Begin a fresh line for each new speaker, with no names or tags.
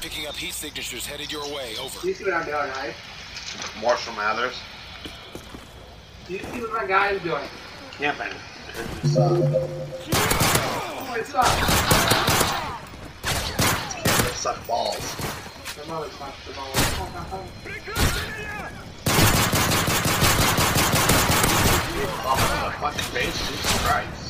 picking up heat signatures headed your way. Over.
You see what I'm doing, right?
Marshall Mathers.
You see what my guy is doing.
Yeah, man.
Oh, it's up.
Suck balls.
The mother's fucked, the mother.
Off of the fucking base, Oh, Jesus Christ.